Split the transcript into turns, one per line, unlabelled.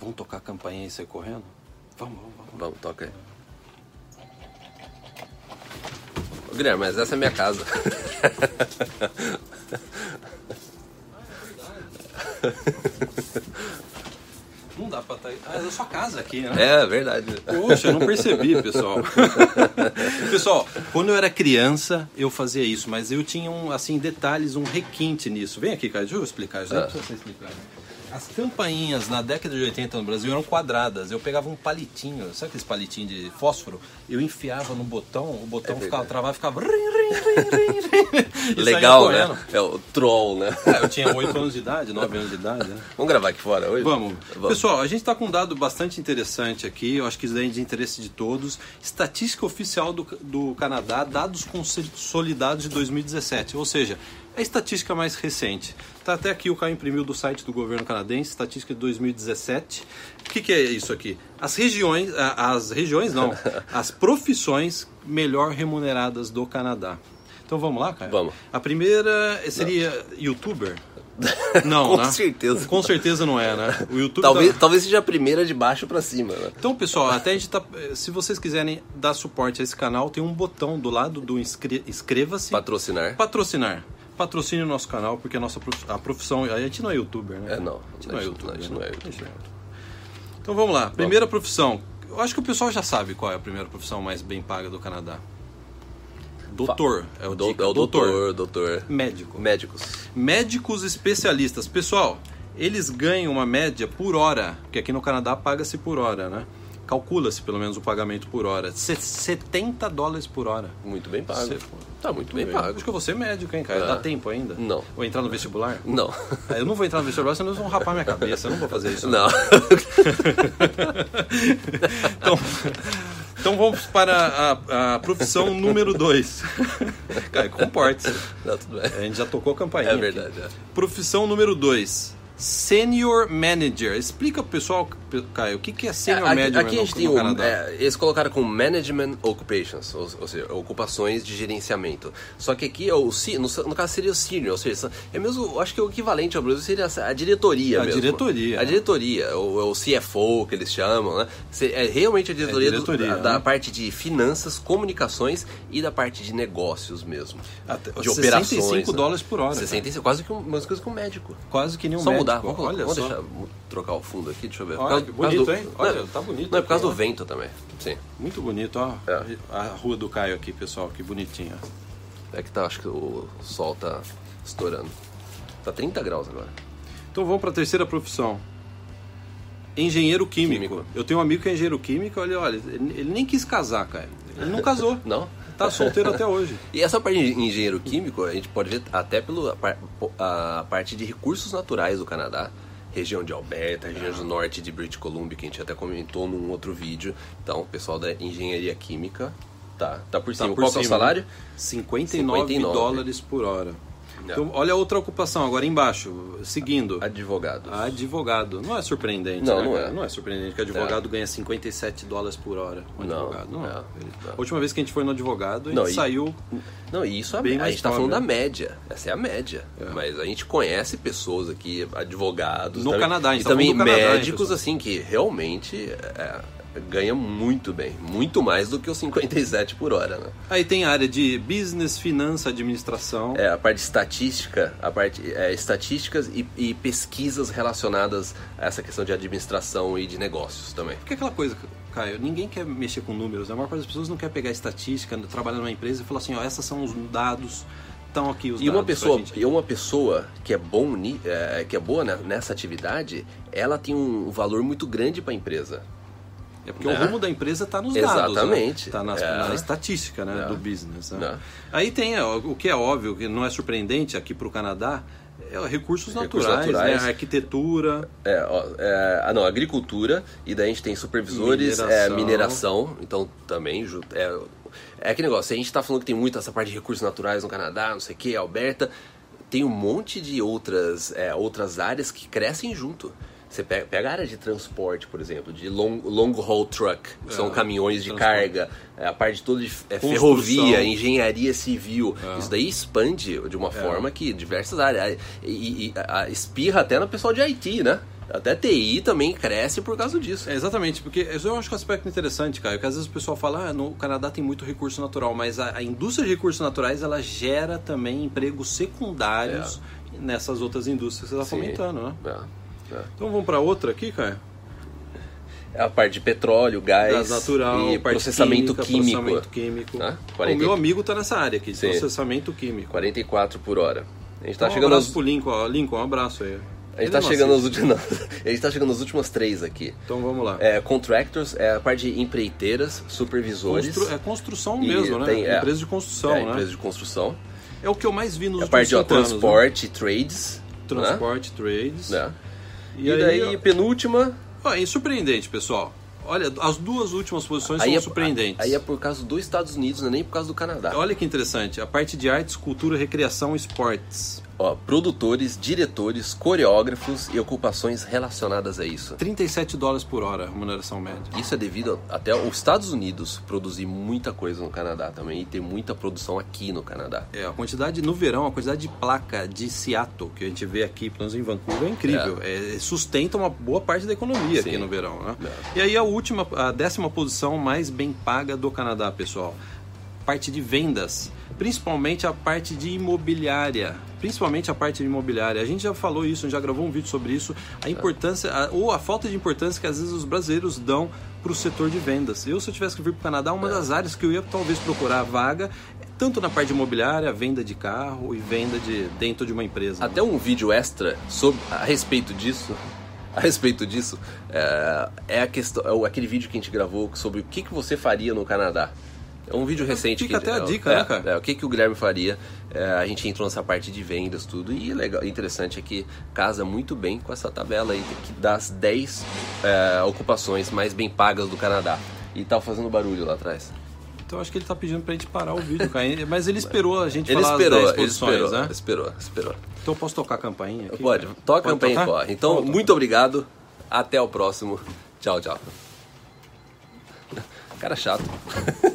Vamos tocar a campainha e sair correndo? Vamos, vamos, vamos.
Vamos, toca aí. Ô, Guilherme, mas essa é minha casa.
Não dá pra estar. Ah, é da sua casa aqui, né?
É, verdade.
Poxa, eu não percebi, pessoal. pessoal, quando eu era criança, eu fazia isso, mas eu tinha um, assim, detalhes, um requinte nisso. Vem aqui, cara, deixa eu explicar, já
Tá.
precisa ser explicado. As campainhas na década de 80 no Brasil eram quadradas. Eu pegava um palitinho, sabe aqueles palitinhos de fósforo? Eu enfiava no botão, o botão ficava
verdade.
travado, ficava. rim, rim, rim, rim, rim, e saía
Legal, né?
correndo.
É o troll, né?
É, eu tinha 8 anos de idade, 9 anos de idade, né?
Vamos gravar aqui fora hoje?
Vamos. Pessoal, a gente está com um dado bastante interessante aqui, eu acho que isso daí é de interesse de todos. Estatística oficial do, do Canadá, dados consolidados de 2017, ou seja, é a estatística mais recente. Tá até aqui o Caio imprimiu do site do governo canadense, estatística de 2017. O que, que é isso aqui? As regiões, a- as regiões não, as profissões melhor remuneradas do Canadá. Então vamos lá, Caio?
Vamos.
A primeira seria youtuber? Não,
Com
né?
certeza.
Com certeza não é, né? O YouTube
Talvez,
tá-
talvez seja a primeira de baixo pra cima, né?
Então, pessoal, até a gente tá. Se vocês quiserem dar suporte a esse canal, tem um botão do lado do inscre- inscreva-se.
Patrocinar.
Patrocinar. Patrocine o nosso canal, porque a nossa prof- a profissão. A gente não é youtuber, né?
É, não.
A gente não é
A gente-
youtuber.
a gente não é
né?
youtuber.
A gente não é youtuber. Então vamos lá. Primeira profissão. Eu acho que o pessoal já sabe qual é a primeira profissão mais bem paga do Canadá. Doutor. É o,
Do-
dica.
é o doutor, doutor.
Médico.
Médicos.
Médicos especialistas. Pessoal, eles ganham uma média por hora, porque aqui no Canadá paga-se por hora, né? Calcula-se pelo menos o pagamento por hora. Se- 70 dólares por hora.
Muito bem pago.
Você-
Tá muito bem
Acho
pago.
que eu vou ser médico, hein, cara?
É.
Dá tempo ainda?
Não.
Vou entrar no vestibular?
Não.
Ah, Eu não vou entrar no vestibular, senão eles vão rapar minha cabeça. Eu não vou fazer isso. né?
Não.
Então, então vamos para a, a profissão número 2. Cara, comporte-se.
Não, Tá tudo bem.
A gente já tocou a campainha.
É
aqui.
verdade, é.
Profissão número 2. Senior Manager. Explica pro pessoal, P- Caio, o que que é Senior
aqui,
Manager
aqui
no,
a gente tem
no
o,
Canadá?
é, eles colocaram com management occupations, ou, ou seja, ocupações de gerenciamento. Só que aqui é o se- no, no caso seria o senior, ou seja, é mesmo, eu acho que o equivalente ao Brasil seria a diretoria
A
mesmo.
diretoria.
A diretoria, ou, ou CFO que eles chamam, né? Se- É realmente a diretoria, do-
diretoria,
da, da
né?
parte de finanças, comunicações e da parte de negócios mesmo.
Até-
de
65
operações. né?
dólares por hora,
65, quase que um- umas coisas que um médico.
Quase que nem um
só
médico.
mudar, vamos, colocar-
Olha
vamos
só.
deixar mu- trocar o fundo aqui, deixa eu ver.
Olha,
Por causa-
que
por causa
bonito, hein? Olha,
não,
tá bonito
Não, é por causa
aqui,
do
ó.
vento também. Sim.
Muito bonito, ó.
É.
A rua do Caio aqui, pessoal, que bonitinha.
É que tá, acho que o sol tá estourando. Tá 30 graus agora.
Então vamos para a terceira profissão. Engenheiro químico.
Químico.
Eu tenho um amigo que é engenheiro químico, olha, olha, ele ele nem quis casar, Caio. Ele não casou.
Não?
Tá solteiro até hoje.
E essa parte de engenheiro químico, a gente pode ver até pela parte de recursos naturais do Canadá. Região de Alberta, região do norte de British Columbia, que a gente até comentou num outro vídeo. Então, o pessoal da engenharia química tá, tá por cima.
Tá por
Qual que é o
cima,
salário?
né? 59,
59.
dólares por hora.
É.
Então, olha a outra ocupação agora embaixo, seguindo.
Advogado.
Advogado. Não é surpreendente,
Não,
né,
não
cara?
é.
Não é surpreendente que advogado ganha 57 dólares por hora. Um
Não,
advogado. Não.
é,
Ele-
não.
A última vez que a gente foi no advogado, a gente
Não, e-
saiu.
Não, e isso é a,
Bem
a
mais
gente tá
pobre,
falando da
né?
média. Essa é a média. Mas a gente conhece pessoas aqui, advogados.
No Canadá, a gente
E
tá
também
falando do Canadá, hein,
médicos,
pessoal?
assim, que realmente é, ganham muito bem. Muito mais do que os 57 por hora, né?
Aí tem a área de business, finança, administração.
É, a parte de estatística, a parte é, estatísticas e, e pesquisas relacionadas a essa questão de administração e de negócios também.
Porque é aquela coisa, Caio, ninguém quer mexer com números, né? a maior parte das pessoas não quer pegar estatística, trabalhar numa empresa e falar assim, ó, essas são os dados, estão aqui os
E
dados.
uma pessoa,
pra gente.
e uma pessoa que é bom ni- é, que é boa né, nessa atividade, ela tem um valor muito grande para a empresa.
É porque
Né?
o rumo da empresa está nos
Exatamente.
dados. Está
É.
na estatística né,
É.
do business. né?
Né?
Aí tem ó, o que é óbvio, que não é surpreendente aqui para o Canadá, é o recursos naturais,
naturais.
né? arquitetura.
É, ó, é, ah, não, agricultura, e daí a gente tem supervisores, é, mineração,
Mineração.
então também. ju- É, é aquele negócio, a gente tá falando que tem muito essa parte de recursos naturais no Canadá, não sei o que, Alberta, tem um monte de outras, é, outras áreas que crescem junto. Você pega, pega a área de transporte, por exemplo, de long, long haul truck, que são caminhões de carga, é, a parte toda de é,
Construção.
ferrovia, engenharia civil. Isso daí
É.
expande de uma forma que diversas áreas. E, e- e, a- espirra até no pessoal de Haiti, né? Até TI também cresce por causa disso.
É, exatamente, porque eu acho que é um aspecto interessante, Caio, que às vezes o pessoal fala, ah, no Canadá tem muito recurso natural, mas a, a indústria de recursos naturais, ela gera também empregos secundários nessas outras indústrias que você está
É. Sim.
fomentando, né?
É, é.
Então vamos para outra aqui, Caio?
A parte de petróleo, gás,
Gás natural,
e
parte
processamento
química,
químico.
Processamento químico.
Tá?
O
40.
meu amigo está nessa área aqui, de
Sim.
processamento químico.
44 por hora. A gente tá
Então, um
chegando
abraço
aos
pro Lincoln, ó. Lincoln, um abraço aí.
A
Ele
gente
é
tá
não
chegando
assiste.
nas últimas, a gente tá chegando nas últimas três aqui.
Então vamos lá.
É, contractors, é a parte de empreiteiras, supervisores.
Constru- É construção
E
mesmo, né?
tem- é.
Empresa de construção,
é,
né?
empresa de construção.
É o que eu mais vi nos
É a
últimos
parte de ó,
cinco anos, né?
transporte, trades.
Transporte, trades.
Né? Né?
E,
E, daí,
aí,
penúltima.
ó, é surpreendente, pessoal. Olha, as duas últimas posições
Aí
são
é,
surpreendentes.
aí é por causa dos Estados Unidos, não é nem por causa do Canadá.
Olha que interessante, a parte de artes, cultura, recreação, esportes.
Ó, produtores, diretores, coreógrafos e ocupações relacionadas a isso.
37 dólares por hora, remuneração média.
Isso é devido a- até os Estados Unidos produzir muita coisa no Canadá também e ter muita produção aqui no Canadá.
É, a quantidade no verão, a quantidade de placa de Seattle que a gente vê aqui, pelo menos em Vancouver, é incrível. É, sustenta uma boa parte da economia aqui
Sim.
no verão, né? E aí a última, a décima posição mais bem paga do Canadá, pessoal. Parte de vendas, principalmente a parte de imobiliária. Principalmente a parte de imobiliária. A gente já falou isso, a gente já gravou um vídeo sobre isso. A importância, a- ou a falta de importância que às vezes os brasileiros dão para o setor de vendas. Eu, se eu tivesse que vir para o Canadá, uma das áreas que eu ia talvez procurar vaga, tanto na parte de imobiliária, venda de carro e venda de dentro de uma empresa. né?
Até um vídeo extra sobre, a respeito disso. A respeito disso, é, é a questão, é o- aquele vídeo que a gente gravou sobre o que, que você faria no Canadá. É um vídeo recente.
Ah, Fica
que
até a
é,
dica,
é,
né, cara?
é, o que, que o Guilherme faria. É, a gente entrou nessa parte de vendas, tudo. E legal, interessante é que casa muito bem com essa tabela aí que- das 10 é, ocupações mais bem pagas do Canadá. E tá fazendo barulho lá atrás.
Então acho que ele está pedindo para a gente parar o vídeo, Caio. Mas ele esperou a gente
Ele
falar
esperou,
as 10
ele
posições,
esperou,
né?
esperou, esperou.
Então eu posso tocar a campainha aqui?
Pode,
cara?
toca a campanha e
tocar?
corre. Então,
Pode tocar.
muito obrigado. Até o próximo. Tchau, tchau. Cara chato.